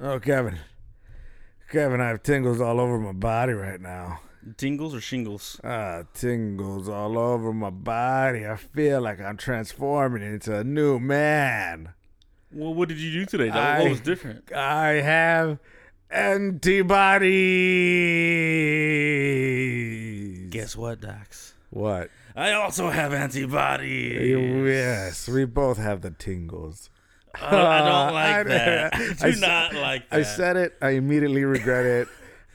Oh, Kevin. Kevin, I have tingles all over my body right now. Tingles or shingles? Ah, tingles all over my body. I feel like I'm transforming into a new man. Well, what did you do today? That I- was different. I have antibodies. Guess what, Docs? what? I also have antibodies. Yes, we both have the tingles. I don't, I don't like I- that. I do I s- not like that. I said it. I immediately regret it.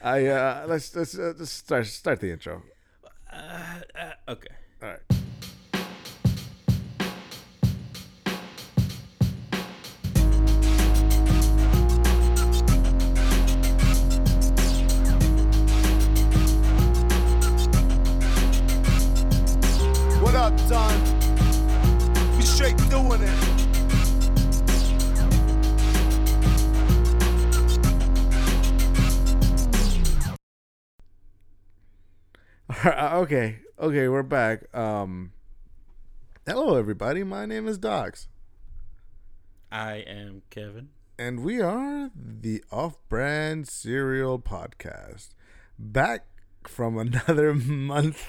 I uh, let's let's, uh, let's start start the intro. Uh, okay. All right. What up, son? We straight doing it. okay, okay, we're back. Um, hello, everybody. My name is Docs, I am Kevin. and we are the Off-Brand Serial Podcast, back from another month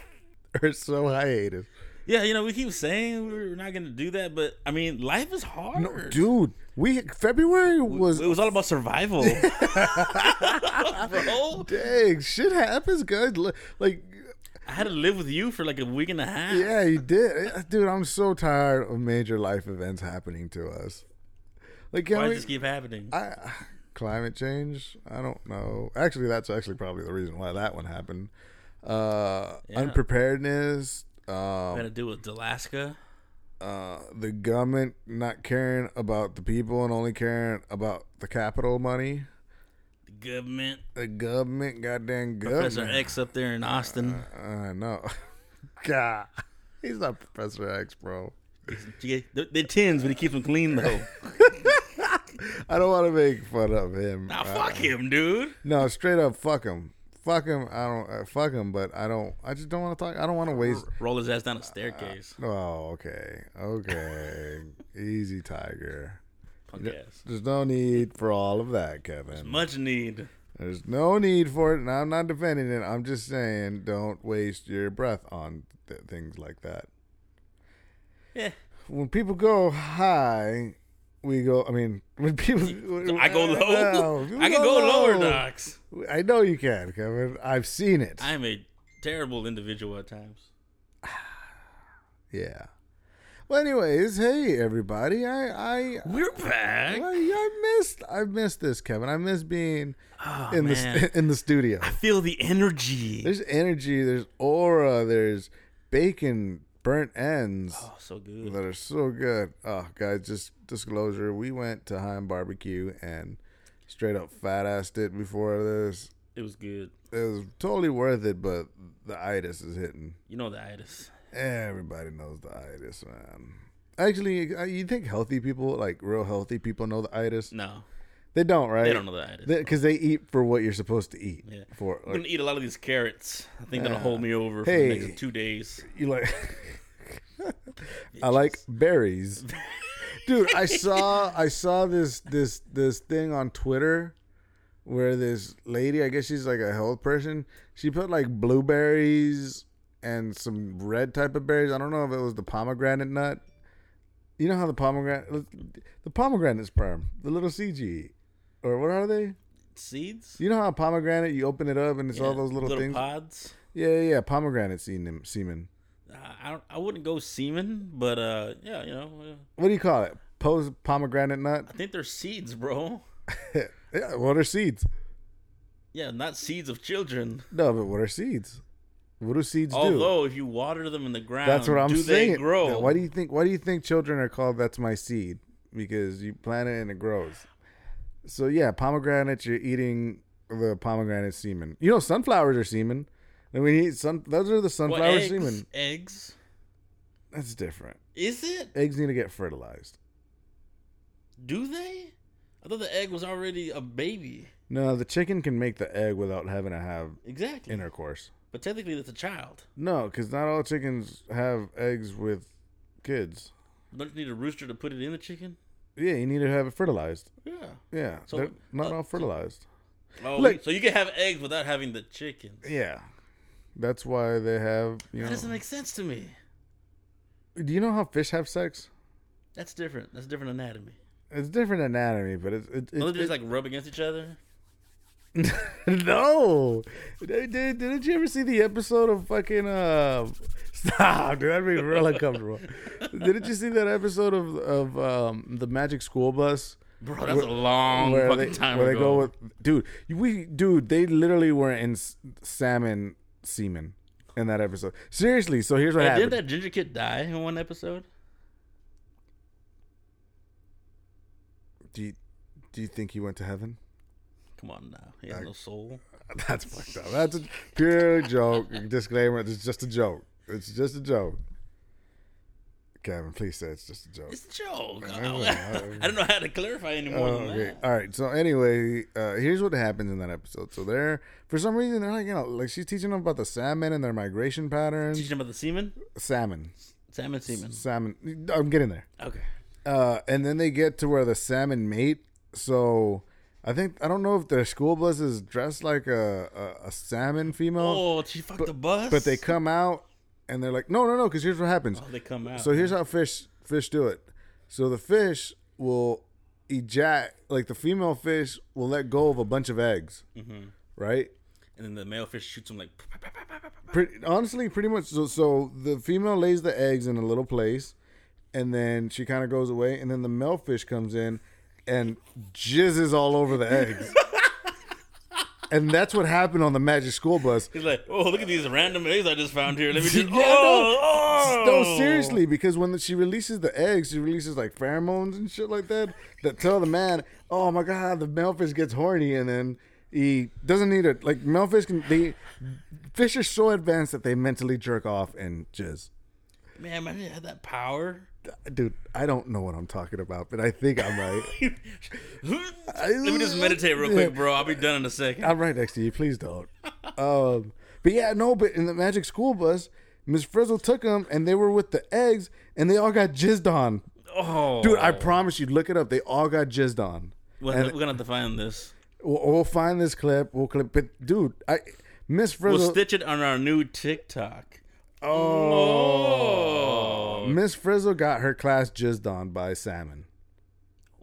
or so hiatus. Yeah, you know, we keep saying we're not going to do that, but I mean, life is hard. No, dude, we February was it was all about survival. Bro, dang shit happens, guys. Li- Like, I had to live with you for like a week and a half. yeah, you did, dude. I'm so tired of major life events happening to us. Like, can Why we, does this keep happening? I climate change. I don't know. Actually, that's actually probably the reason why that one happened. Uh, Unpreparedness. I had Um, to do with Alaska. uh, the government not caring about the people and only caring about the capital money. The government, The government, goddamn Professor government. X up there in Austin. I know. God, he's not Professor X, bro. They- They're tins, but he keeps them clean though. I don't want to make fun of him. Nah, Uh, fuck him, dude. No, straight up, fuck him. Fuck him. I don't uh, fuck him, but I don't. I just don't want to talk. I don't want to waste Roll his ass down a staircase. Oh, okay. Okay. Easy, Tiger. Punk ass. There's no need for all of that, Kevin. Much need. There's no need for it, and I'm not defending it. I'm just saying don't waste your breath on th- things like that. Yeah. When people go high, we go, I mean, when people. I go No, low. people I can go lower, docs. I know you can, Kevin. I've seen it. I'm a terrible individual at times. yeah. Well, anyways, hey, everybody. I, I, We're back. Well, yeah, I missed I missed this, Kevin. I miss being Oh, in the man. st- in the studio. I feel the energy. There's energy, there's aura, there's bacon burnt ends Oh, so good. that are so good. Oh, guys, just disclosure, we went to Heim Barbecue and straight up fat assed it before this. It was good. It was totally worth it, but the itis is hitting. You know the itis. Everybody knows the itis, man. Actually, uh, you think healthy people, like real healthy people, know the itis? No, They don't, right? they don't know the itis. because they eat for what you're supposed to eat. Yeah. For I'm like, gonna eat a lot of these carrots. I think that'll hold me over for the hey. next two days. you like. I like berries, dude. I saw I saw this this this thing on Twitter where this lady, I guess she's like a health person, she put like blueberries and some red type of berries. I don't know if it was the pomegranate nut. You know how the pomegranate, the pomegranate sperm, the little CG, or what are they? Seeds. You know how a pomegranate, you open it up and it's all Yeah, those little, things. pods. Yeah, yeah, yeah, pomegranate semen. semen. Uh, I don't, I wouldn't go semen, but uh, yeah, you know, uh, What do you call it? Pose pomegranate nut. I think they're seeds, bro. yeah, what are seeds? Yeah, not seeds of children. No, but what are seeds? What do seeds do? Although if you water them in the ground, That's what I'm do saying. They grow. Why do you think? Why do you think children are called "That's my seed"? Because you plant it and it grows. So yeah, pomegranates. You're eating the pomegranate semen. You know, sunflowers are semen. And we eat sun. Those are the Well, sunflower eggs, semen. Eggs. That's different. Is it? Eggs need to get fertilized. Do they? I thought the egg was already a baby. No, the chicken can make the egg without having to have Exactly. intercourse. But technically, that's a child. No, because not all chickens have eggs with kids. Don't you need a rooster to put it in the chicken? Yeah, you need to have it fertilized. Yeah. Yeah, So, they're not uh, all fertilized. Oh, Look- so you can have eggs without having the chicken. Yeah, that's why they have. You That doesn't know, make sense to me. do you know how fish have sex? That's different. That's different anatomy. It's different anatomy, but it's it, Don't it, they just like rub against each other? no. Did, did, didn't you ever see the episode of fucking uh? Stop, dude. That'd be real uncomfortable. didn't you see that episode of of um the Magic School Bus? Bro, that's a long where fucking they, time where ago. they go with dude we dude they literally were in s- salmon semen in that episode seriously so here's what Hey, happened did that ginger kid die in one episode? do you do you think he went to heaven Come on now. He has no soul. that's fucked up that's a pure joke disclaimer it's just a joke it's just a joke Kevin please say it's just a joke It's a joke. I know, don't, I- know how to clarify any more Oh, than okay. that. All right. So anyway, uh, here's what happens in that episode. So they're for some reason they're like you know like she's teaching them about the salmon and their migration patterns. Teaching about the semen? Salmon, Salmon semen. salmon. I'm getting there. Okay. uh, and then they get to where the salmon mate. So I think I don't know if their school bus is dressed like a a, a salmon female, Oh, she fucked the bus? but they come out and they're like, no, no, no, because here's what happens. Oh, they come out. So here's how fish fish do it. So the fish will ejac like the female fish will let go of a bunch of eggs, right? and then the male fish shoots him like. "Pow, pow, pow, pow, pow, pow, pow." Pretty, honestly, pretty much. So, so the female lays the eggs in a little place, and then she kind of goes away, and then the male fish comes in and jizzes all over the eggs. and that's what happened on the Magic School Bus. He's like, oh, look at these random eggs I just found here. Let me Yeah, just. no. oh, oh!" No, seriously, because when she releases the eggs, she releases like pheromones and shit like that that tell the man, "Oh my god, the male fish gets horny," and then he doesn't need it. Like male fish can they fish are so advanced that they mentally jerk off and jizz. Man, imagine you had that power. Dude, I don't know what I'm talking about, but I think I'm right. Let me just meditate real quick, bro. I'll be done in a second. I'm right next to you. Please don't. Um, but yeah, no. But in the Magic School Bus, Miss Frizzle took them, and they were with the eggs, and they all got jizzed on. Oh, Dude, I promise you, look it up. They all got jizzed on. we're, and- we're gonna have to find this. We'll, we'll find this clip. We'll clip. But dude, I Miss We'll Frizzle, stitch it on our new TikTok. Oh, Miss Frizzle got her class jizzed on by salmon.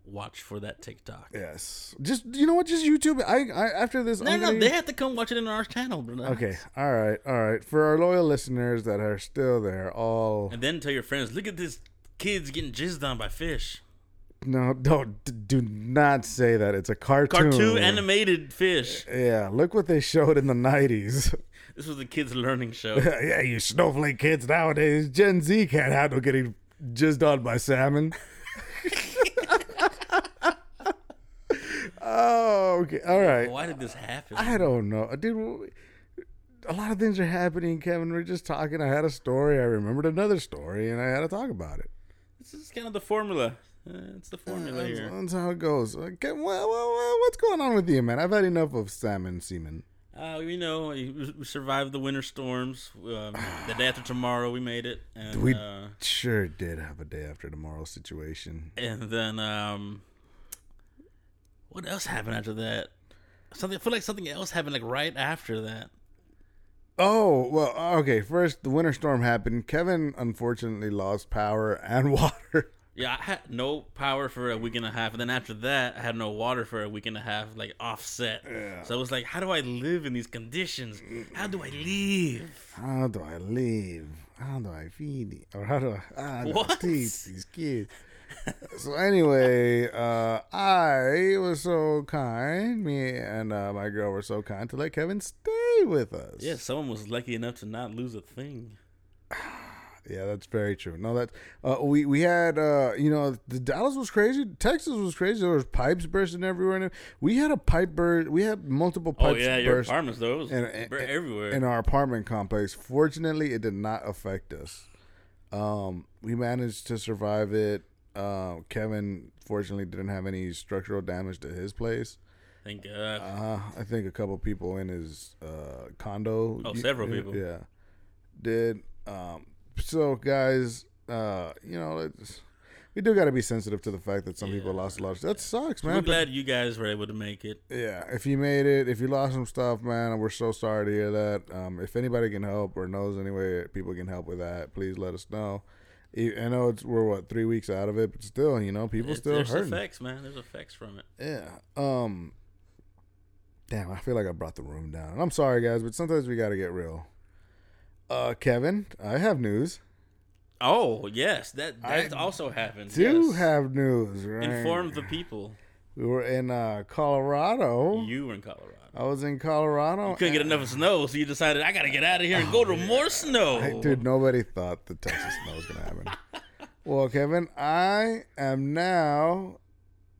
watch for that TikTok. Yes. Just you know what? Just YouTube. it. I, I after this. No, I'm no, gonna- they have to come watch it in our channel, bro. Okay. All right. All right. For our loyal listeners that are still there, all And then tell your friends, look at this kid's getting jizzed on by fish. no, don't d- do not say that. It's a cartoon. Cartoon animated fish. Yeah. Look what they showed in the nineties. This was the kids' learning show. yeah, you snowflake kids nowadays. Gen Z can't handle getting jizzed on by salmon. oh, okay. All right. Why did this happen? I don't know, Uh, dude. w- A lot of things are happening, Kevin. We're just talking. I had a story. I remembered another story, and I had to talk about it. This is kind of the formula. Uh, it's the formula That's, here. that's how it goes. Okay, well, well, well, what's going on with you, man? I've had enough of salmon semen. Uh, you know, we we survived the winter storms. Um, the day after tomorrow, we made it, and We uh, sure did have a day after tomorrow situation. and then um, what else happened after that? Something. I feel like something else happened like right after that. Oh well, okay. First, the winter storm happened. Kevin unfortunately lost power and water. Yeah, I had no power for a week and a half, and then after that, I had no water for a week and a half, like offset. So I was like, "How do I live in these conditions? How do I live?" How do I live? How do I feed it? Or how do I, how do I What? teach these kids? so anyway, uh, I was so kind. Me and uh, my girl were so kind to let Kevin stay with us. Yeah, someone was lucky enough to not lose a thing. Yeah, that's very true. No, that uh, we we had uh, you know the Dallas was crazy, Texas was crazy. There was pipes bursting everywhere. And we had a pipe burst. We had multiple Oh pipes yeah, your burst apartments though, it was and- and- bur- everywhere. in our apartment complex. Fortunately, it did not affect us. Um, we managed to survive it. Uh, Kevin fortunately didn't have any structural damage to his place. Thank God. Uh, I think a couple people in his uh, condo. Oh, several yeah, people. Yeah, did. Um, so guys, uh, you know, it's, we do got to be sensitive to the fact that some people Yeah. lost a lot. Of, that sucks, man. We're glad you guys were able to make it. Yeah, if you made it, if you lost some stuff, man, we're so sorry to hear that. Um, if anybody can help or knows any way people can help with that, please let us know. E- I know it's we're what three weeks out of it, but still, you know, people It's- still there's hurting. effects, man. There's effects from it. Yeah. Um. Damn, I feel like I brought the room down. And I'm sorry, guys, but sometimes we gotta get real. Uh, Kevin, I have news. Oh yes, that I that also happened. Do yes. have news, right? inform the people We were in uh, Colorado. you were in Colorado. I was in Colorado. Couldn't get enough snow, so you decided I gotta get out of here and go to Oh, more snow. Hey, dude, nobody thought the Texas snow was gonna happen. well, Kevin, I am now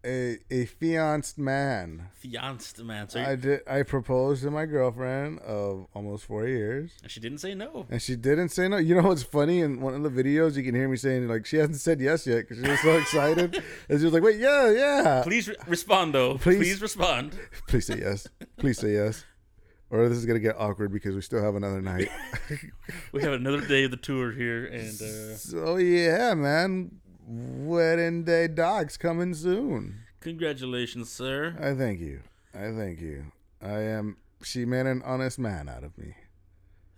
a a fianced man. Fianced man, so I did. I proposed to my girlfriend of almost four years, you- she didn't say no. and she didn't say no. You know what's funny? In one of the videos, you can hear me saying like she hasn't said yes yet because she was so excited, and she was like, "Wait, yeah, yeah, please, Please re- respond though. Please. Please, respond. say yes, please say yes." Or this is gonna get awkward because we still have another night. We have another day of the tour here, and uh, so yeah, man, wedding day docs coming soon. congratulations, sir. I thank you. I thank you. I am. She made an honest man out of me.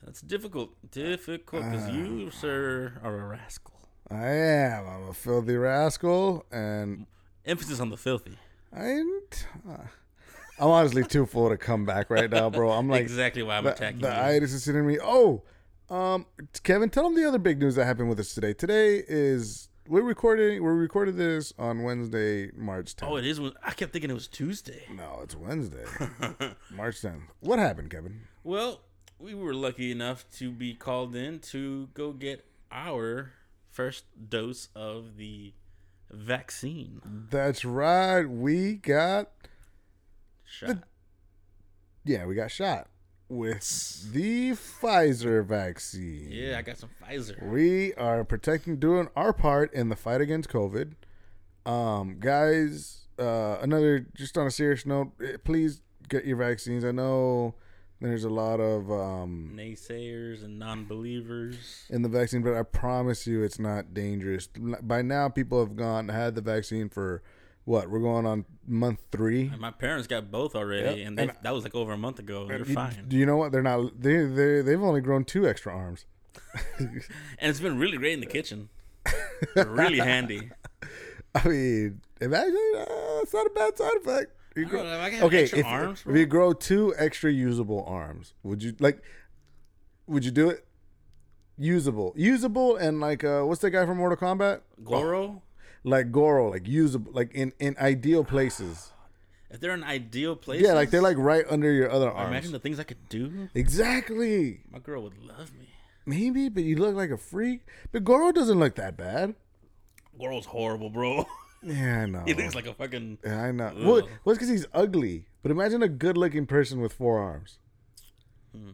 That's difficult, difficult, because uh, you, sir, are a rascal. I am. I'm a filthy rascal, and Emphasis on the filthy. I. uh, I'm honestly too full to come back right now, bro. I'm like exactly why I'm the, attacking the you. itis is sitting in me. Oh, um, Kevin, tell them the other big news that happened with us today. Today is we're recording. We recorded this on Wednesday, March 10th. oh, it is. I kept thinking it was Tuesday. no, it's Wednesday, March 10th. What happened, Kevin? Well, we were lucky enough to be called in to go get our first dose of the vaccine That's right. We got shot. Yeah, we got shot with the Pfizer vaccine. Yeah, I got some Pfizer. We are protecting, doing our part in the fight against COVID. Um, guys, uh, another, just on a serious note, eh, please get your vaccines. I know there's a lot of um, Naysayers and non-believers. in the vaccine, but I promise you it's not dangerous. By now, people have gone, had the vaccine for what? We're going on month three. And my parents got both already, Yep, and, they, and- that was like over a month ago. They're You- fine, Do you know what? They're not, they, they, they've only grown two extra arms. and it's been really great in the kitchen. really handy. I mean, imagine uh, it's not a bad side effect. You don't know, if I can have okay, extra if, arms, if you grow two extra usable arms, would you like? Would you do it? Usable, usable, and like uh, what's that guy from Mortal Kombat? Goro, Like Goro, like usable, like in in ideal places. if they're in ideal places, Yeah, like they're like right under your other arms. Imagine the things I could do. exactly, My girl would love me. maybe, but you look like a freak. But Goro doesn't look that bad. Goro's horrible, bro. Yeah, I know. he looks like a fucking. Yeah, I know. Well, Ugh. well, because he's ugly. But imagine a good-looking person with four arms. Hmm.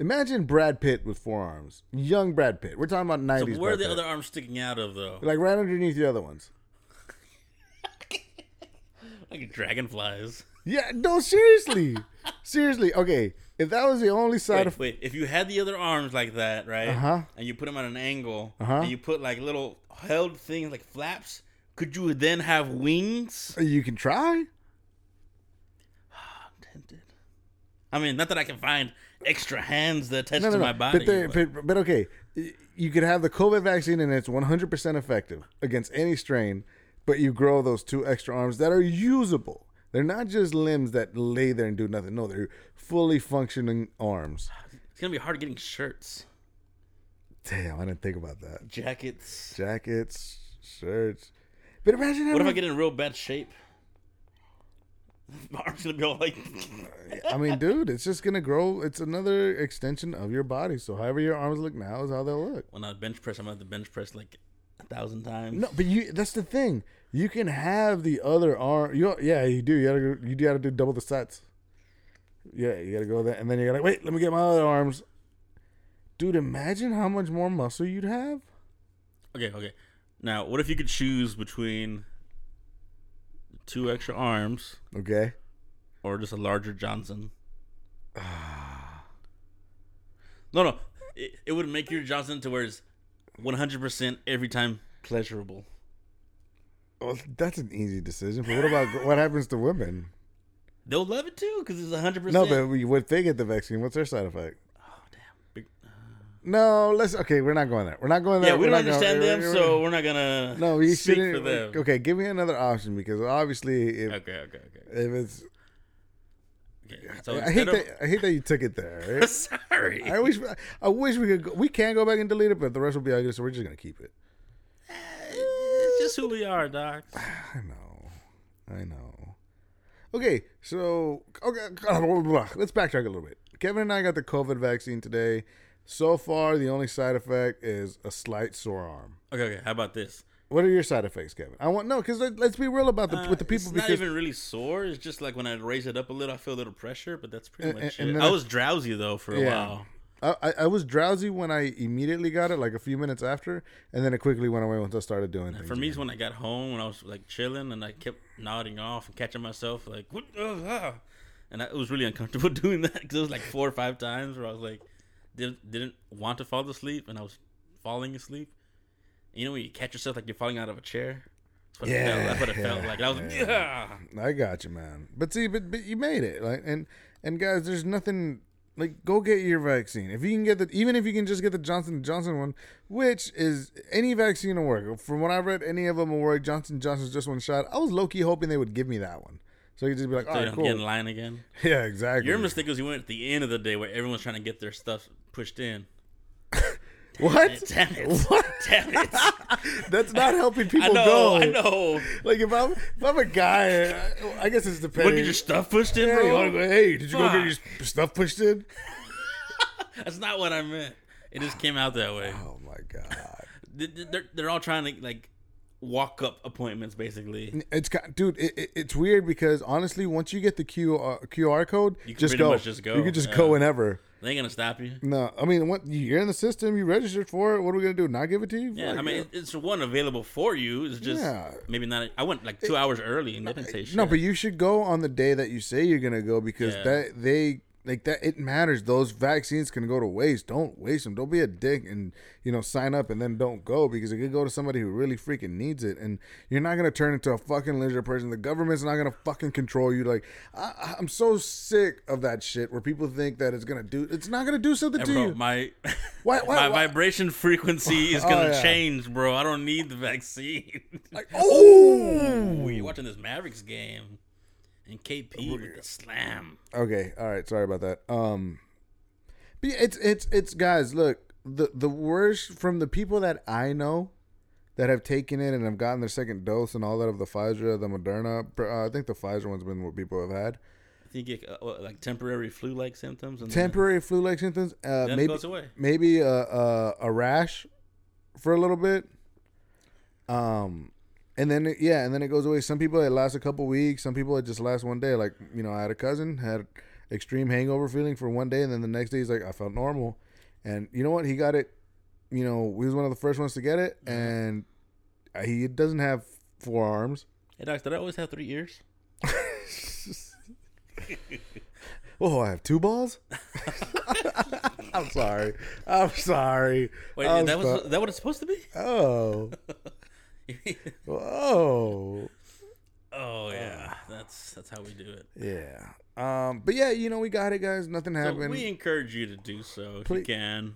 Imagine Brad Pitt with four arms. Young Brad Pitt. We're talking about So nineties. where are the other arms sticking out of though? Like right underneath the other ones. Like dragonflies. Yeah. No, seriously, seriously. Okay, if that was the only side Wait, of wait, if you had the other arms like that, right? Uh-huh. And you put them at an angle, Uh-huh. and you put like little held things like flaps. Could you then have wings? you can try. I'm tempted. I mean, not that I can find extra hands that attach No, no, to no. my body. but, there, but- but, but okay, y- you could have the COVID vaccine and it's 100% effective against any strain, but you grow those two extra arms that are usable. They're not just limbs that lay there and do nothing. No, they're fully functioning arms. it's gonna be hard getting shirts, Damn, I didn't think about that. jackets. Jackets, shirts. But imagine What if I having- get in real bad shape? My arms gonna be all like. I mean, dude, it's just gonna grow. It's another extension of your body. So however your arms look now is how they'll look. when I bench press, I'm gonna have to bench press like a thousand times. No, but you that's the thing. You can have the other arm. You yeah, you do. You gotta go- you gotta do double the sets. Yeah, you gotta go that, and then you gotta wait. Let me get my other arms. Dude, imagine how much more muscle you'd have. Okay, okay. Now, what if you could choose between two extra arms Okay. or just a larger Johnson? no, no. It, it would make your Johnson to where it's 100% every time pleasurable. Well, that's an easy decision. But what about what happens to women? They'll love it too because it's hundred No, percent. but we- if they get the vaccine, what's their side effect? oh damn. Big- No, let's. Okay, we're not going there. We're not going there. Yeah, we We're don't not going- understand them, we're- so we're not gonna no, we speak shouldn't. for them. Okay, Okay, give me another option because obviously, if, okay, okay. okay. if it's, So I hate instead of- that. I hate that you took it there. right? Sorry. I wish. I wish we could. Go, we can go back and delete it, but the rest will be ugly, so we're just gonna keep it. It's just who we are, doc. I know. I know. Okay, so okay, blah, blah, blah. let's backtrack a little bit. Kevin and I got the COVID vaccine today. So far, the only side effect is a slight sore arm. Okay, okay. How about this? What are your side effects, Kevin? I want no, because let's be real about the Uh, with the people It's because not even really sore. It's just like when I raise it up a little, I feel a little pressure, but that's pretty And- much and it. then I I- was drowsy though for a Yeah. while. I, I- I was drowsy when I immediately got it, like a few minutes after, and then it quickly went away once I started doing things. For me, it's again. when I got home when I was like chilling and I kept nodding off and catching myself like what, uh, ah." and I, it was really uncomfortable doing that because it was like four or five times where I was like did, didn't want to fall asleep and I was falling asleep. You know when you catch yourself like you're falling out of a chair. That's what it Yeah, felt, that's what it felt yeah, like. And I was like, yeah. I got you, man. But see, but, but you made it, like, and and guys, there's nothing like go get your vaccine if you can get the even if you can just get the Johnson Johnson one, which is any vaccine will work. From what I read, any of them will work. Johnson Johnson's just one shot. I was low key hoping they would give me that one, so you just be like, So all you right, don't get in cool, line again. yeah, exactly. Your mistake was you went at the end of the day where everyone's trying to get their stuff pushed in. what? Damn it. What? Damn it. That's not helping people I know. go. I know. Like if I'm if I'm a guy, I- I guess it's depending. What, get your stuff pushed in, Yeah, you wanna bro? go, hey, did you go get Fuck. your stuff pushed in? That's not what I meant. It just came out that way. Oh my god. Th- th- They're, they're all trying to, like, walk up appointments, basically. It's ki- dude, it, it, it's weird because honestly, once you get the QR, QR code, You can just pretty go. much just go, You can just go yeah. whenever. They ain't going to stop you. No, I mean, what, you're in the system. You registered for it. What are we gonna do? Not give it to you? Yeah, Like, I mean, it- it's one available for you. It's just Yeah. maybe not. I went, like, two hours early and they didn't say shit. no, but you should go on the day that you say you're gonna go because Yeah. that they like that it matters. Those vaccines can go to waste. Don't waste them. Don't be a dick and you know sign up and then don't go because it could go to somebody who really freaking needs it. And you're not gonna turn into a fucking lizard person. The government's not gonna fucking control you. Like I, I'm so sick of that shit where people think that it's gonna do. It's not gonna do something Hey, to bro, you. my Why- why- my why- Oh, vibration frequency is gonna yeah. change, bro. I don't need the vaccine. like oh. Ooh, you're watching this Mavericks game, and KP with the slam. Okay, all right. Sorry about that. Um, but yeah, it's it's it's guys. Look, the the worst from the people that I know that have taken it and have gotten their second dose and all that of the Pfizer, the Moderna. pr- Uh, I think the Pfizer one's been what people have had. I think you get uh, what, like temporary flu-like symptoms. And then- Temporary flu-like symptoms. Uh, Then it maybe goes away. maybe a, a a rash for a little bit. Um. And then it- yeah, and then it goes away. Some people it lasts a couple weeks. Some people it just lasts one day. Like you know, I had a cousin had extreme hangover feeling for one day, and then the next day he's like, I felt normal. And you know what? He got it. You know, we was one of the first ones to get it, and he doesn't have four arms. Hey, doc, did I always have three ears? Oh, I have two balls. I'm sorry. I'm sorry. Wait, I'm that was so- is that what it's supposed to oh be? oh. oh yeah, that's that's how we do it. Yeah. Um, but yeah, you know, we got it, guys. Nothing So happened. we encourage you to do so if Please- you can.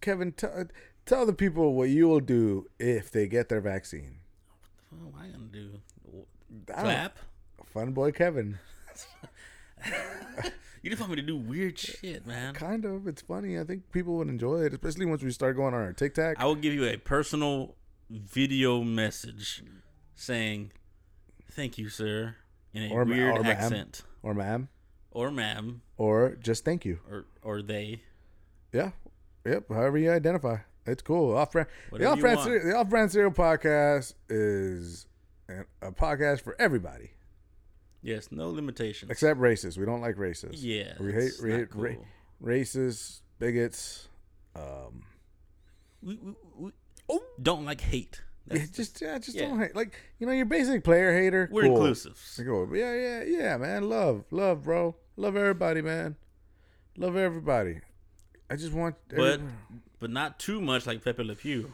Kevin, t- uh, tell the people what you will do if they get their vaccine. What am I gonna do? W- I don't- Clap? Fun boy Kevin. You just want me to do weird shit, man. Kind of. It's funny. I think people would enjoy it, especially once we start going on our TikTok. I will give you a personal video message saying, "Thank you, sir," in a Or ma- weird or ma'am. accent, Or ma'am. or ma'am, Or just thank you. or or they. Yeah. Yep. However you identify. It's cool. Off brand. The Whatever off you brand, want. Cere- the off brand cereal podcast is an, a podcast for everybody Yes, no limitations. except racists. We don't like racists. Yeah, We hate, that's we not hate ra- cool. racists, bigots. Um, We, we, we don't like hate. Oh. Yeah, That's- just yeah, just yeah. don't hate. Like you know, your basic player hater. we're cool. inclusive. Cool. But Yeah, yeah, yeah, man. Love, love, bro. Love everybody, man. Love everybody. I just want. but every- but not too much like Pepe Le Pew.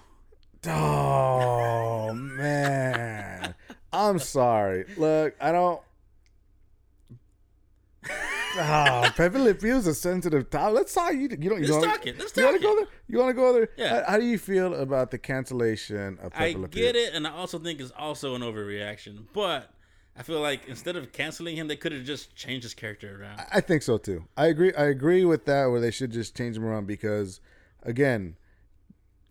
oh man, I'm sorry. Look, I don't. Ah, Pepe Le Pew is a sensitive topic. Let's talk. You, you don't. You Let's wanna, talk it. Let's you wanna talk go it. there? You want to go there? Yeah. How, how do you feel about the cancellation of Pepe I Le Pew? get it, and I also think it's also an overreaction. But I feel like instead of canceling him, they could have just changed his character around. I think so too. I agree. I agree with that. Where they should just change them around because, again,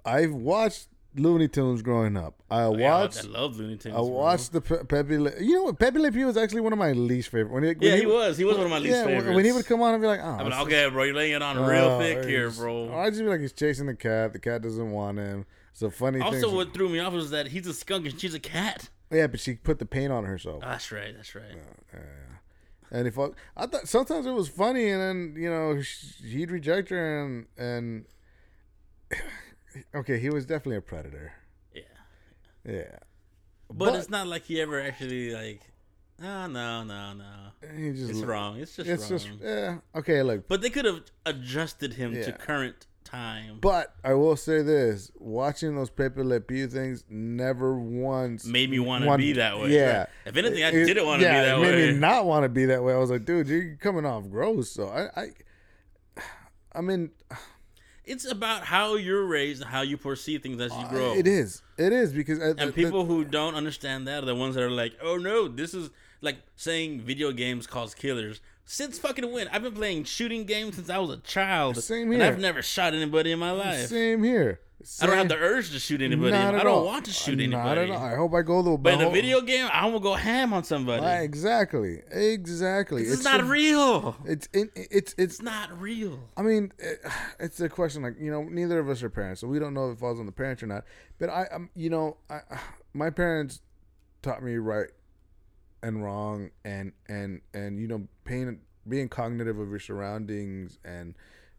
I've watched Looney Tunes growing up. I Oh, Yeah, I- watched. I love Looney Tunes. I bro. watched the Pe- Pepe. Le, you know what? Pepe Le Pew was actually one of my least favorite. When when Yeah, he was. He was one of my least yeah, favorites. when- when he would come on, I'd be like, oh, I'm like, okay, bro, you're laying it on real thick here, bro. I'd just be like, he's chasing the cat. The cat doesn't want him. It's a funny Also, thing. Oh, what threw me off was that he's a skunk and she's a cat. Ah, yeah, but she put the paint on herself. That's right. That's right. And if I, I thought sometimes it was funny, and then you know sh- he'd reject her, and and okay, he was definitely a predator. Yeah. Yeah, But, But- it's not like he ever actually like. Oh, no, no, no. he just It's wrong. It's just It's wrong. just yeah. Okay, look, But they could have adjusted him Yeah. to current time. but I will say this: watching those Pepe Le Pew things never once made me want to wanted- be that way. Yeah. If anything, I It- didn't want to yeah, be that it made way. me not want to be that way. I was like, dude, you're coming off gross. So I, I, I mean, It's about how you're raised and how you perceive things as you grow. Uh, it is, it is because uh, I, And people who don't understand that are the ones that are like, oh no, this is like saying video games cause killers. Since fucking when? I've been playing shooting games since I was a child. Same And here. I've never shot anybody in my life. same here. I don't Same- have the urge to shoot anybody. Not I at don't all. want to shoot anybody. Not at all. I hope I go the. But in a video game, I will go ham on somebody. Ah, exactly, exactly. this is not the- real. It's in, it's it's It's not real. I mean, it, it's a question like you know, neither of us are parents, so we don't know if it falls on the parents or not. But I, um, you know, I, my parents taught me right and wrong, and and and you know, paying being cognitive of your surroundings, and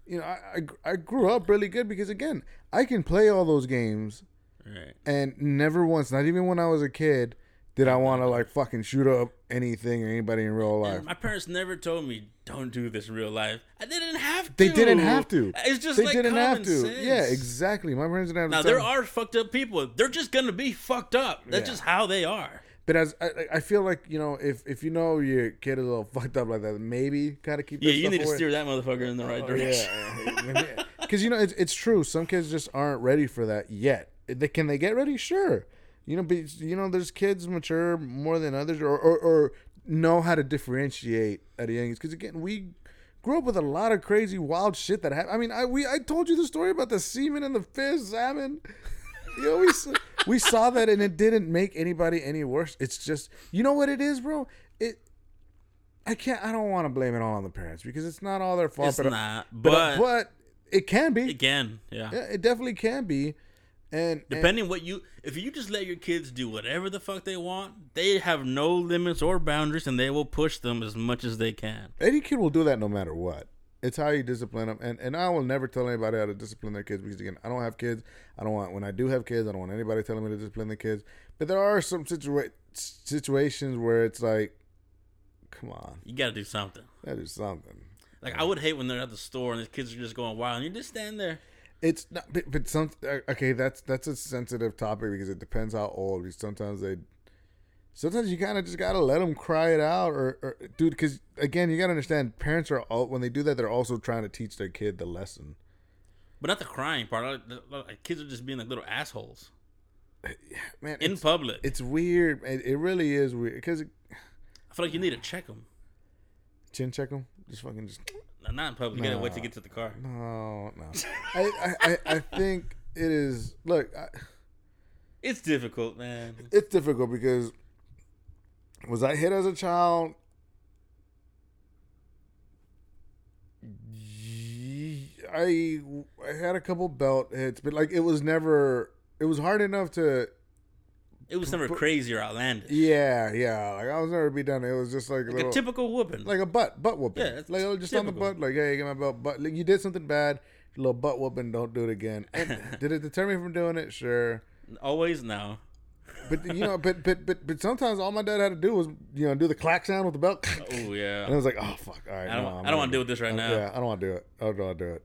you know, I, I gr- I grew up really good because again, I can play all those games, Right. and never once, not even when I was a kid, did I want to like fucking shoot up anything or anybody in real life. My parents never told me don't do this in real life. I didn't have to. They didn't have to. It's just they like didn't common have to. sense. Yeah, exactly. My parents didn't have Now to. tell there me. are fucked up people. They're just gonna be fucked up. That's Yeah. just how they are. But as I, I- I feel like you know, if if you know your kid is all fucked up like that, maybe kind of keep. Yeah, that you stuff need to away. steer that motherfucker in the Oh, right direction. Yeah, because you know it's, it's true. Some kids just aren't ready for that yet. They, can they get ready? Sure. You know, but you know, there's kids mature more than others, or or, or know how to differentiate at a young age. Because again, we grew up with a lot of crazy, wild shit that happened. I mean, I we I told you the story about the semen and the fish salmon. You know, we s- we saw that, and it didn't make anybody any worse. It's just, you know what it is, bro. It. I can't. I don't want to blame it all on the parents because it's not all their fault. It's but I- not, but uh, but, but it can be. again, yeah. Yeah, it definitely can be. And, and- Depending what you, if you just let your kids do whatever the fuck they want, they have no limits or boundaries, and they will push them as much as they can. any kid will do that no matter what. It's how you discipline them, and and I will never tell anybody how to discipline their kids because again, I don't have kids. I don't want when I do have kids, I don't want anybody telling me to discipline their kids. But there are some situa- situations where it's like, come on, You got to do something. that is something. Like I would hate when they're at the store and the kids are just going wild, and you just stand there. It's not, but, but some uh, okay. That's that's a sensitive topic because it depends how old. Because sometimes they, sometimes you kind of just gotta let them cry it out, or, or dude, because again, you gotta understand, parents are all when they do that, they're also trying to teach their kid the lesson. But not the crying part. Like, the- like, kids are just being like little assholes Man, in it's, public. it's weird. It, it really is weird because I feel like you need to check them. chin check them, just fucking just Not in public. You gotta wait to get to the car. no, no. I, I, I, I think it is. Look, I, It's difficult, man. it's difficult because was I hit as a child? Ye- I I had a couple belt hits, but like it was never. It was hard enough to. It was never crazy or outlandish. Yeah, yeah. Like I was never be done. It was just like a Like little, a typical whooping. like a butt butt whooping. Yeah, it's like oh, just on the typical. butt. Like hey, get my belt. But like, you did something bad. Little butt whooping. Don't do it again. And did it deter me from doing it? Sure. always now. But you know, but but but but sometimes all my dad had to do was you know do the clack sound with the belt. Oh And I yeah. was like, oh fuck, all right. I don't, no, I I'm don't want not to deal with this right gonna- Uh, now. Yeah, I don't want to do it. I don't want to do it.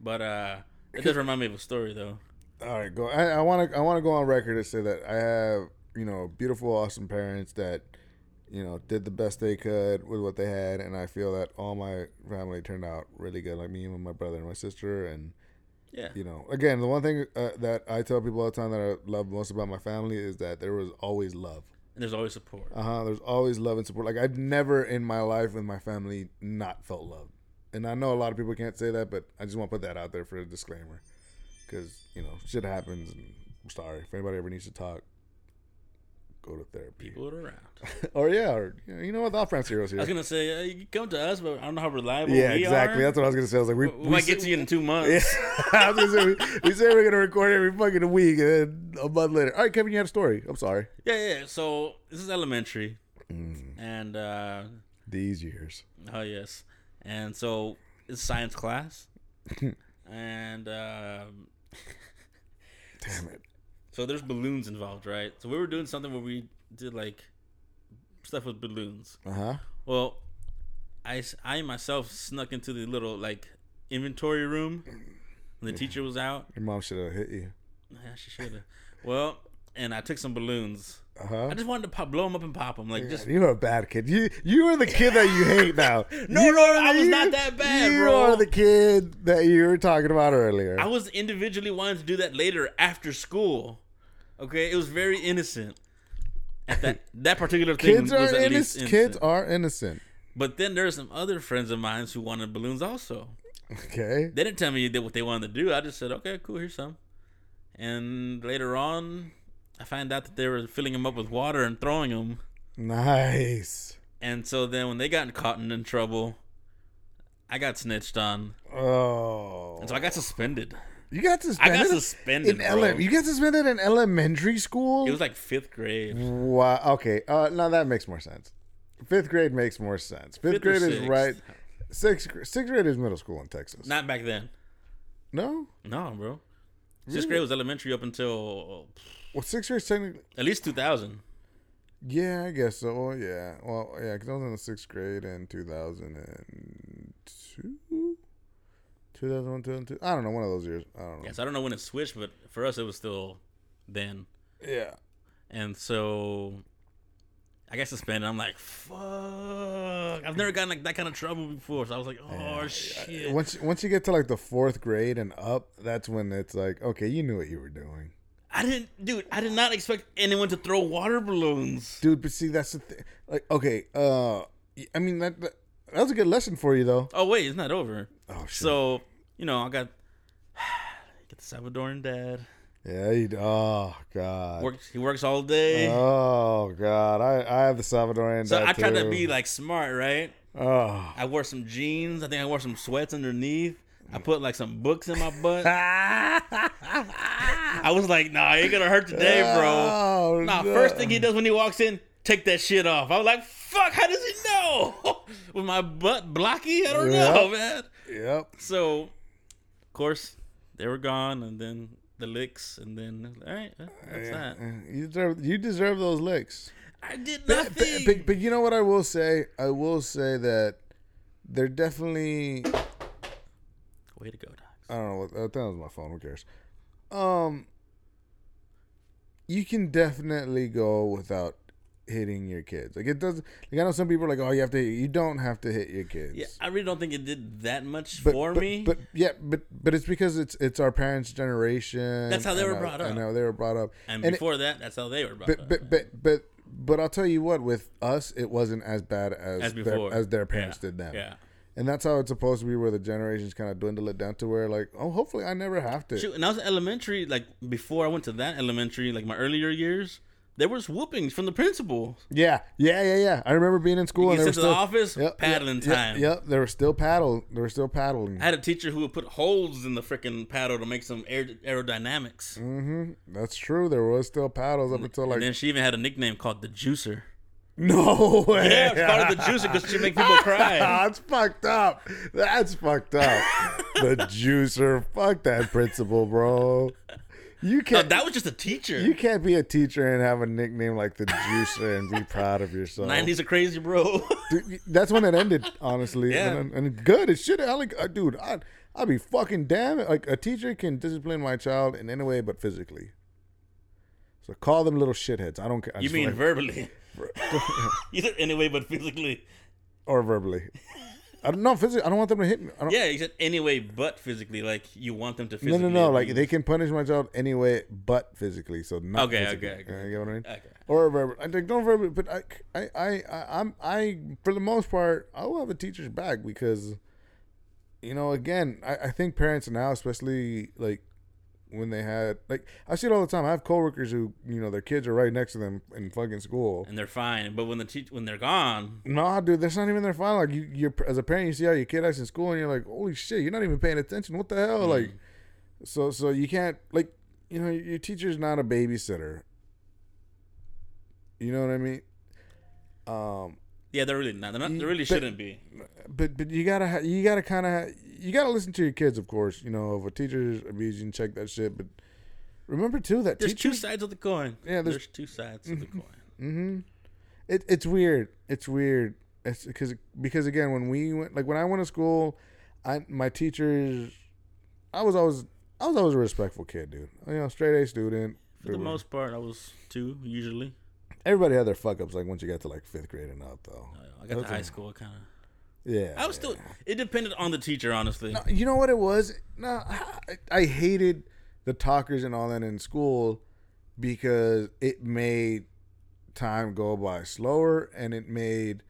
But uh, it does remind me of a story though. All right, go. I want to. I want to go on record and say that I have you know, beautiful, awesome parents that, you know, did the best they could with what they had, and I feel that all my family turned out really good. Like me and my brother and my sister, and Yeah. you know, again, the one thing uh, that I tell people all the time that I love most about my family is that there was always love. And there's always support. Uh huh. There's always love and support. Like I've never in my life with my family not felt loved, and I know a lot of people can't say that, but I just want to put that out there for a disclaimer, because you know shit happens. And I'm sorry if anybody ever needs to talk. Go to therapy, People around. or yeah, or you know, you know what, the off-ramps heroes I here. was gonna say uh, you can come to us, but I don't know how reliable. yeah, we exactly. Are. That's what I was gonna say. I was like, we, we, might get to you in two months. I was gonna say, we, we say we're gonna record every fucking week, and then a month later, all right, Kevin, you had a story. I'm sorry. Yeah. yeah, So this is elementary, Mm. and uh, These years. oh yes, and so it's science class, and um, Damn it. so there's balloons involved, right? So we were doing something where we did like stuff with balloons. Uh huh. Well, I, s- I myself snuck into the little like inventory room. when the teacher was out. Your mom should have hit you. Yeah, she should have. well, and I took some balloons. Uh huh. I just wanted to pop, blow them up and pop them. Like just You are a bad kid. You you are the kid that you hate now. No, You- no, I was not that bad, you bro. are the kid that you were talking about earlier. I was individually wanting to do that later after school. Okay, it was very innocent. At that that particular thing kids was are at least innocent. innocent. Kids are innocent. But then there are some other friends of mine who wanted balloons also. Okay. They didn't tell me that what they wanted to do. I just said, okay, cool, here's some. And later on, I find out that they were filling them up with water and throwing them. Nice. And so then when they got caught and in trouble, I got snitched on. Oh, And so I got suspended. you got I suspended. got suspended. in ele- bro. You got suspended in elementary school. It was like fifth grade. wow. Okay. Uh, now that makes more sense. Fifth grade makes more sense. Fifth, Fifth or grade is sixth. right. Sixth gr- sixth grade is middle school in Texas. Not back then. no. No, bro. Sixth grade was elementary up until Well, sixth grade technically. at least 2000. Yeah, I guess so. Well, Yeah. Well, yeah, because I was in the sixth grade in 2002? 2001, 2002? I don't know. One of those years. I don't know. Yes, I don't know when it switched, but for us it was still then. Yeah. And so I got suspended. I'm like, fuck. I've never gotten like that kind of trouble before. So I was like, oh shit. Once, once you get to like the fourth grade and up, that's when it's like, okay, you knew what you were doing. I didn't, dude. I did not expect anyone to throw water balloons. Dude, but see, that's the thing. Like, okay. Uh, I mean, that, that, that was a good lesson for you, though. Oh wait, it's not over. Oh, shit. So you know, I got get the Salvadoran dad. yeah. You, oh, God. Works. He works all day. Oh, God. I, I have the Salvadorian. so I dad, tried to too. be like smart, right? Oh. I wore some jeans. I think I wore some sweats underneath. I put like some books in my butt. I was like, nah, it ain't gonna hurt today, bro. Oh, Nah, no. first thing he does when he walks in, take that shit off. I was like, fuck, how does he know? Was my butt blocky? I don't know, Yeah. man. Yep. So, of course, they were gone, and then the licks, and then, all right, uh, that's that. You deserve you deserve those licks. I did But, but, nothing. but- but you know what I will say? I will say that they're definitely Way to go, Doc. I don't know what I think that was my phone, who cares? Um you can definitely go without hitting your kids. Like it doesn't like I know some people are like, Oh, you have to hit you don't have to hit your kids. Yeah, I really don't think it did that much for but, me. But yeah, but but it's because it's it's our parents' generation. That's how they and were I- brought up. And how they were brought up. and it- before that, that's how they were brought but up. but but but but I'll tell you what, with us, it wasn't as bad as As their- before. as their parents Yeah, did them. yeah. and that's how it's supposed to be, where the generations kind of dwindle it down to where like, oh, hopefully I never have to. Shoot, and I was in elementary, like before I went to that elementary, like my earlier years, there was whoopings from the principal. Yeah, yeah, yeah, yeah. I remember being in school You and get they were sent to still the office, Yep, yep, paddling yep, time. Yep, they were still paddle. They were still paddling. I had a teacher who would put holes in the freaking paddle to make some aer- aerodynamics. That's true. There was still paddles up until Mm, like and then she even had a nickname called the Juicer. no way. Yeah, it's called the Juicer because she make people cry. That's fucked up. That's fucked up. the juicer. Fuck that principal, bro. You No, can't. that was just a teacher. You can't be a teacher and have a nickname like the Juicer and be proud of yourself. 90s are crazy, bro. Dude, that's when it ended, honestly. Yeah. And, and good. It should. I like, uh, dude. I I'd be fucking damn. Like a teacher can discipline my child in any way but physically. So call them little shitheads. I don't care. I You just mean like- verbally? Either any way but physically. or verbally? I don't know. Physically, I don't want them to hit me. I don't, Yeah, you said any way but physically. Like you want them to no, physically. no, no. Like abuse. they can punish my child any way but physically. So not Okay, physically. Uh, okay, okay. You get what I mean? Okay. Or verbal. I think don't verbal, but I, I, I, I, I'm, I, for the most part, I will have a teacher's back because, you know, again, I, I think parents now, especially like when they had, like, I see it all the time. I have coworkers who, you know, their kids are right next to them in fucking school. And they're fine, but when the teach when they're gone, No, dude, that's not even their fault. Like you, you're as a parent, you see how your kid acts in school, and you're like, "Holy shit, you're not even paying attention. What the hell?" Like, Mm. so, so you can't like, you know, your teacher's not a babysitter. You know what I mean? Um, yeah, they're really not. They're not. They You- really Mm, but- shouldn't be. but but you gotta ha- you gotta kind of ha- you gotta listen to your kids, of course. You know, if a teacher's abusing, check that shit. But remember too that There's teacher, two sides of the coin. Yeah, there's, there's- Mm-hmm. two sides of the coin. it, it's weird. It's weird. It's because because again, when we went, like when I went to school, I my teachers, I was always I was always a respectful kid, dude. You know, straight A student. For the most part, I was two usually. Everybody had their fuck ups. Like once you got to like fifth grade and up, though. I got to high school. I kind of. Yeah, I was still. It depended on the teacher, honestly. No, you know what it was? No, I, I hated the talkers and all that in school because it made time go by slower and it made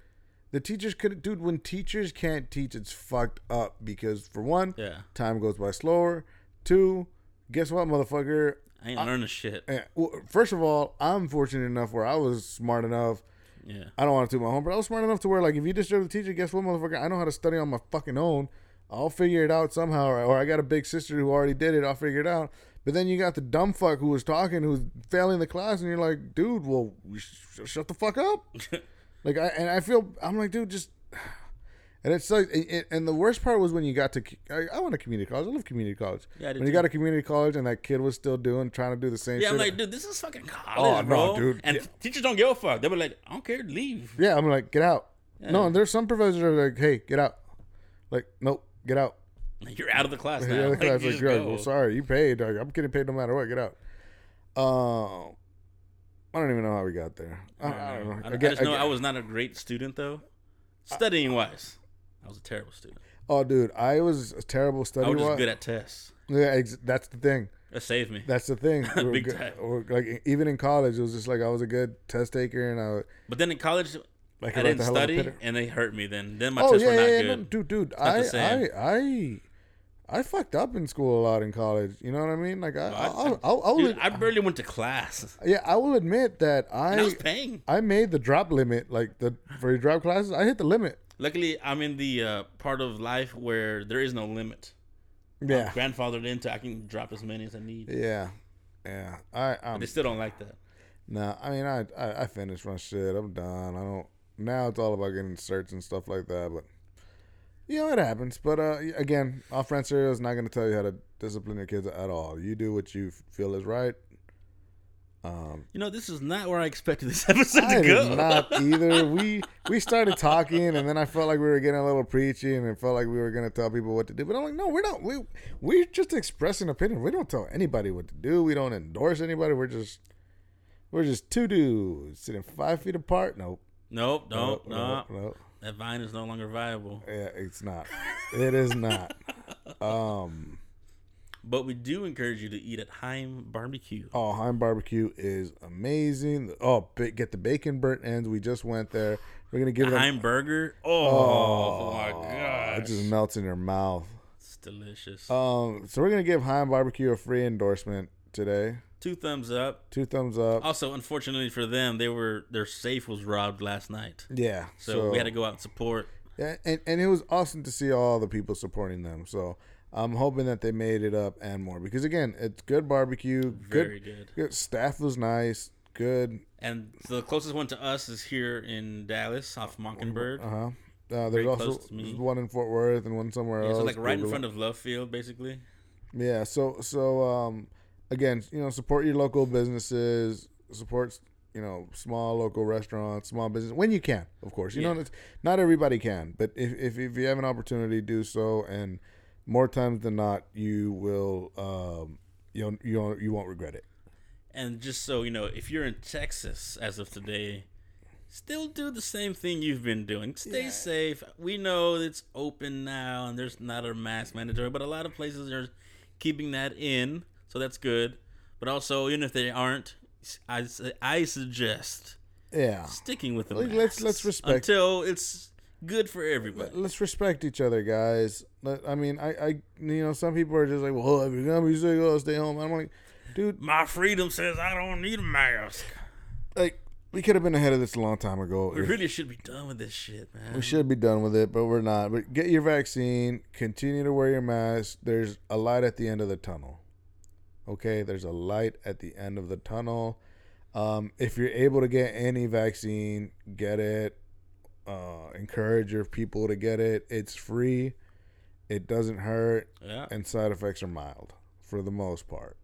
the teachers could dude when teachers can't teach it's fucked up because for one Yeah, time goes by slower two guess what motherfucker I ain't learning shit. Eh, well, first of all i'm fortunate enough where i was smart enough Yeah, I don't want to do my homework. I was smart enough to where, like, if you disturb the teacher, guess what, motherfucker? I know how to study on my fucking own. I'll figure it out somehow, or, or I got a big sister who already did it. I'll figure it out. But then you got the dumb fuck who was talking, who's failing the class, and you're like, dude, well, we sh- shut the fuck up. like, I and I feel I'm like, dude, just. And it's like, and- and- and the worst part was when you got to, c- I, I went to community college. I love community college. Yeah, I did when you too. got to community college and that kid was still doing, trying to do the same yeah. shit. I'm like, dude, this is fucking college, Oh, no, bro. dude. And Yeah. teachers don't give a fuck. They were like, I don't care, leave. Yeah, I'm like, get out. No, and there's some professors that are like, hey, get out. Like, nope, get out. Like, you're out of the class now. Yeah, Like, like, I was you like, just you're like, go. well, sorry, you paid. Like, I'm getting paid no matter what. Get out. Um, I don't even know how we got there. I, I don't know. I, I Again- just know I again- was not a great student though, studying wise. I was a terrible student. oh, dude, I was a terrible I study. was just wa- good at tests. yeah, ex- that's the thing. That saved me. That's the thing. We were Big good- time. we're- like e-, even in college, it was just like I was a good test taker, and I But then in college, Like I about didn't the hell of a study, pitter. and they hurt me. Then then my oh tests yeah, were not yeah, yeah, good. no, dude, dude, not the I, same. I, I, I fucked up in school a lot in college. You know what I mean? Like I, I- I, I'll, I'll, I'll, Dude, I barely went to class. yeah, I will admit that I, And I was paying. I made the drop limit, like the for your drop classes, I hit the limit. Luckily, I'm in the uh, part of life where there is no limit. Oh, Yeah, Grandfathered into, I can drop as many as I need. yeah, yeah. I, They I'm, still don't like that. nah. I mean, I, I, I finished my shit. I'm done. I don't. Now it's all about getting certs and stuff like that. But you know, it happens. But uh, again, offense cereal is not going to tell you how to discipline your kids at all. You do what you feel is right. Um, You know, this is not where I expected this episode I to go. did not either. We we started talking, and then I felt like we were getting a little preachy, and it felt like we were gonna tell people what to do. But I'm like, no, we're not. We we're just expressing opinion. We don't tell anybody what to do. We don't endorse anybody. We're just we're just two dudes sitting five feet apart. Nope. Nope, nope, nope. nope. That vine is no longer viable. Yeah, it's not. It is not. Um. But we do encourage you to eat at Heim Barbecue. Oh, Heim Barbecue is amazing. Oh, ba- get the bacon burnt ends. We just went there. We're gonna give them. Heim Burger. Oh, my it god, just melts in your mouth. it's delicious. Um, so we're gonna give Heim Barbecue a free endorsement today. Two thumbs up. Two thumbs up. Also, unfortunately for them, they were their safe was robbed last night, yeah. so, we had to go out and support. Yeah, and and it was awesome to see all the people supporting them. So I'm hoping that they made it up and more because again, it's good barbecue. Very Good, good. good staff was nice. Good. And the closest one to us is here in Dallas, off Mockingbird. Uh huh. Uh, there's Very also close to me. there's one in Fort Worth and one somewhere Yeah, else. so like right in Google it. front of Love Field, basically. Yeah. So so um, again, you know, support your local businesses. Support you know small local restaurants, small business when you can. Of course, you know, Yeah. it's, not everybody can, but if, if if you have an opportunity, do so. And more times than not, you will um, you'll, you won't- you won't regret it. And just so you know, if you're in Texas as of today, still do the same thing you've been doing. Stay safe. We know it's open now and there's not a mask mandatory, but a lot of places are keeping that in, so that's good. But also, even if they aren't, I, su- I suggest Yeah. sticking with the Like, masks let's- let's respect- until it's good for everybody. Let's respect each other, guys. Let, I mean, I, I, you know, some people are just like, well, if you're gonna be sick, oh, stay home. I'm like, dude, My freedom says I don't need a mask. like we could have been ahead of this a long time ago. We really should be done with this shit, man. We should be done with it, but we're not. But get your vaccine. Continue to wear your mask. There's a light at the end of the tunnel. Okay, there's a light at the end of the tunnel. Um, if you're able to get any vaccine, get it. Uh, encourage your people to get it. It's free. It doesn't hurt, Yeah, and side effects are mild for the most part.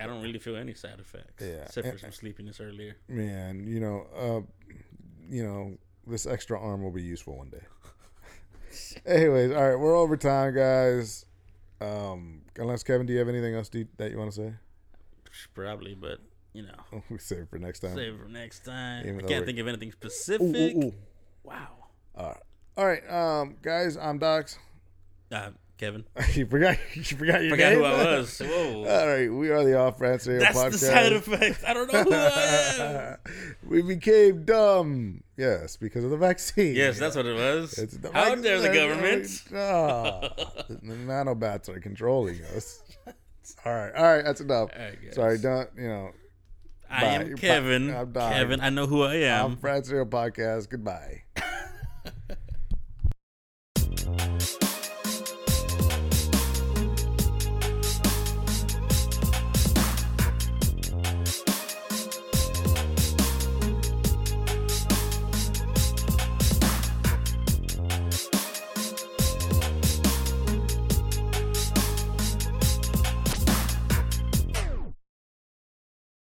I don't really feel any side effects. Yeah. except for And- some sleepiness earlier. Man, you know, uh, you know, this extra arm will be useful one day. Anyways, all right, we're over time, guys. Um, unless Kevin, do you have anything else do you- that you want to Probably, but you know, say? we save it for next time. save it for next time. Even I though can't we- think of anything Ooh, ooh, specific. ooh. Wow. All right, um, guys, I'm Docs. Uh, Kevin, you forgot, you forgot your forgot who name. I was. Whoa, All right, we are the Off Rants Radio that's Uh, Podcast. the side effect. I don't know who I am. we became dumb, yes, because of the vaccine. Yes, that's what it was. It's the How vaccine. dare the government? Ah, the nanobats are controlling us. All right, all right, that's enough. All right, guys. Sorry, don't you know? I am Bye. Kevin. Bye. I'm dying. Kevin, I know who I am. I'm Frat's Real Podcast. Goodbye.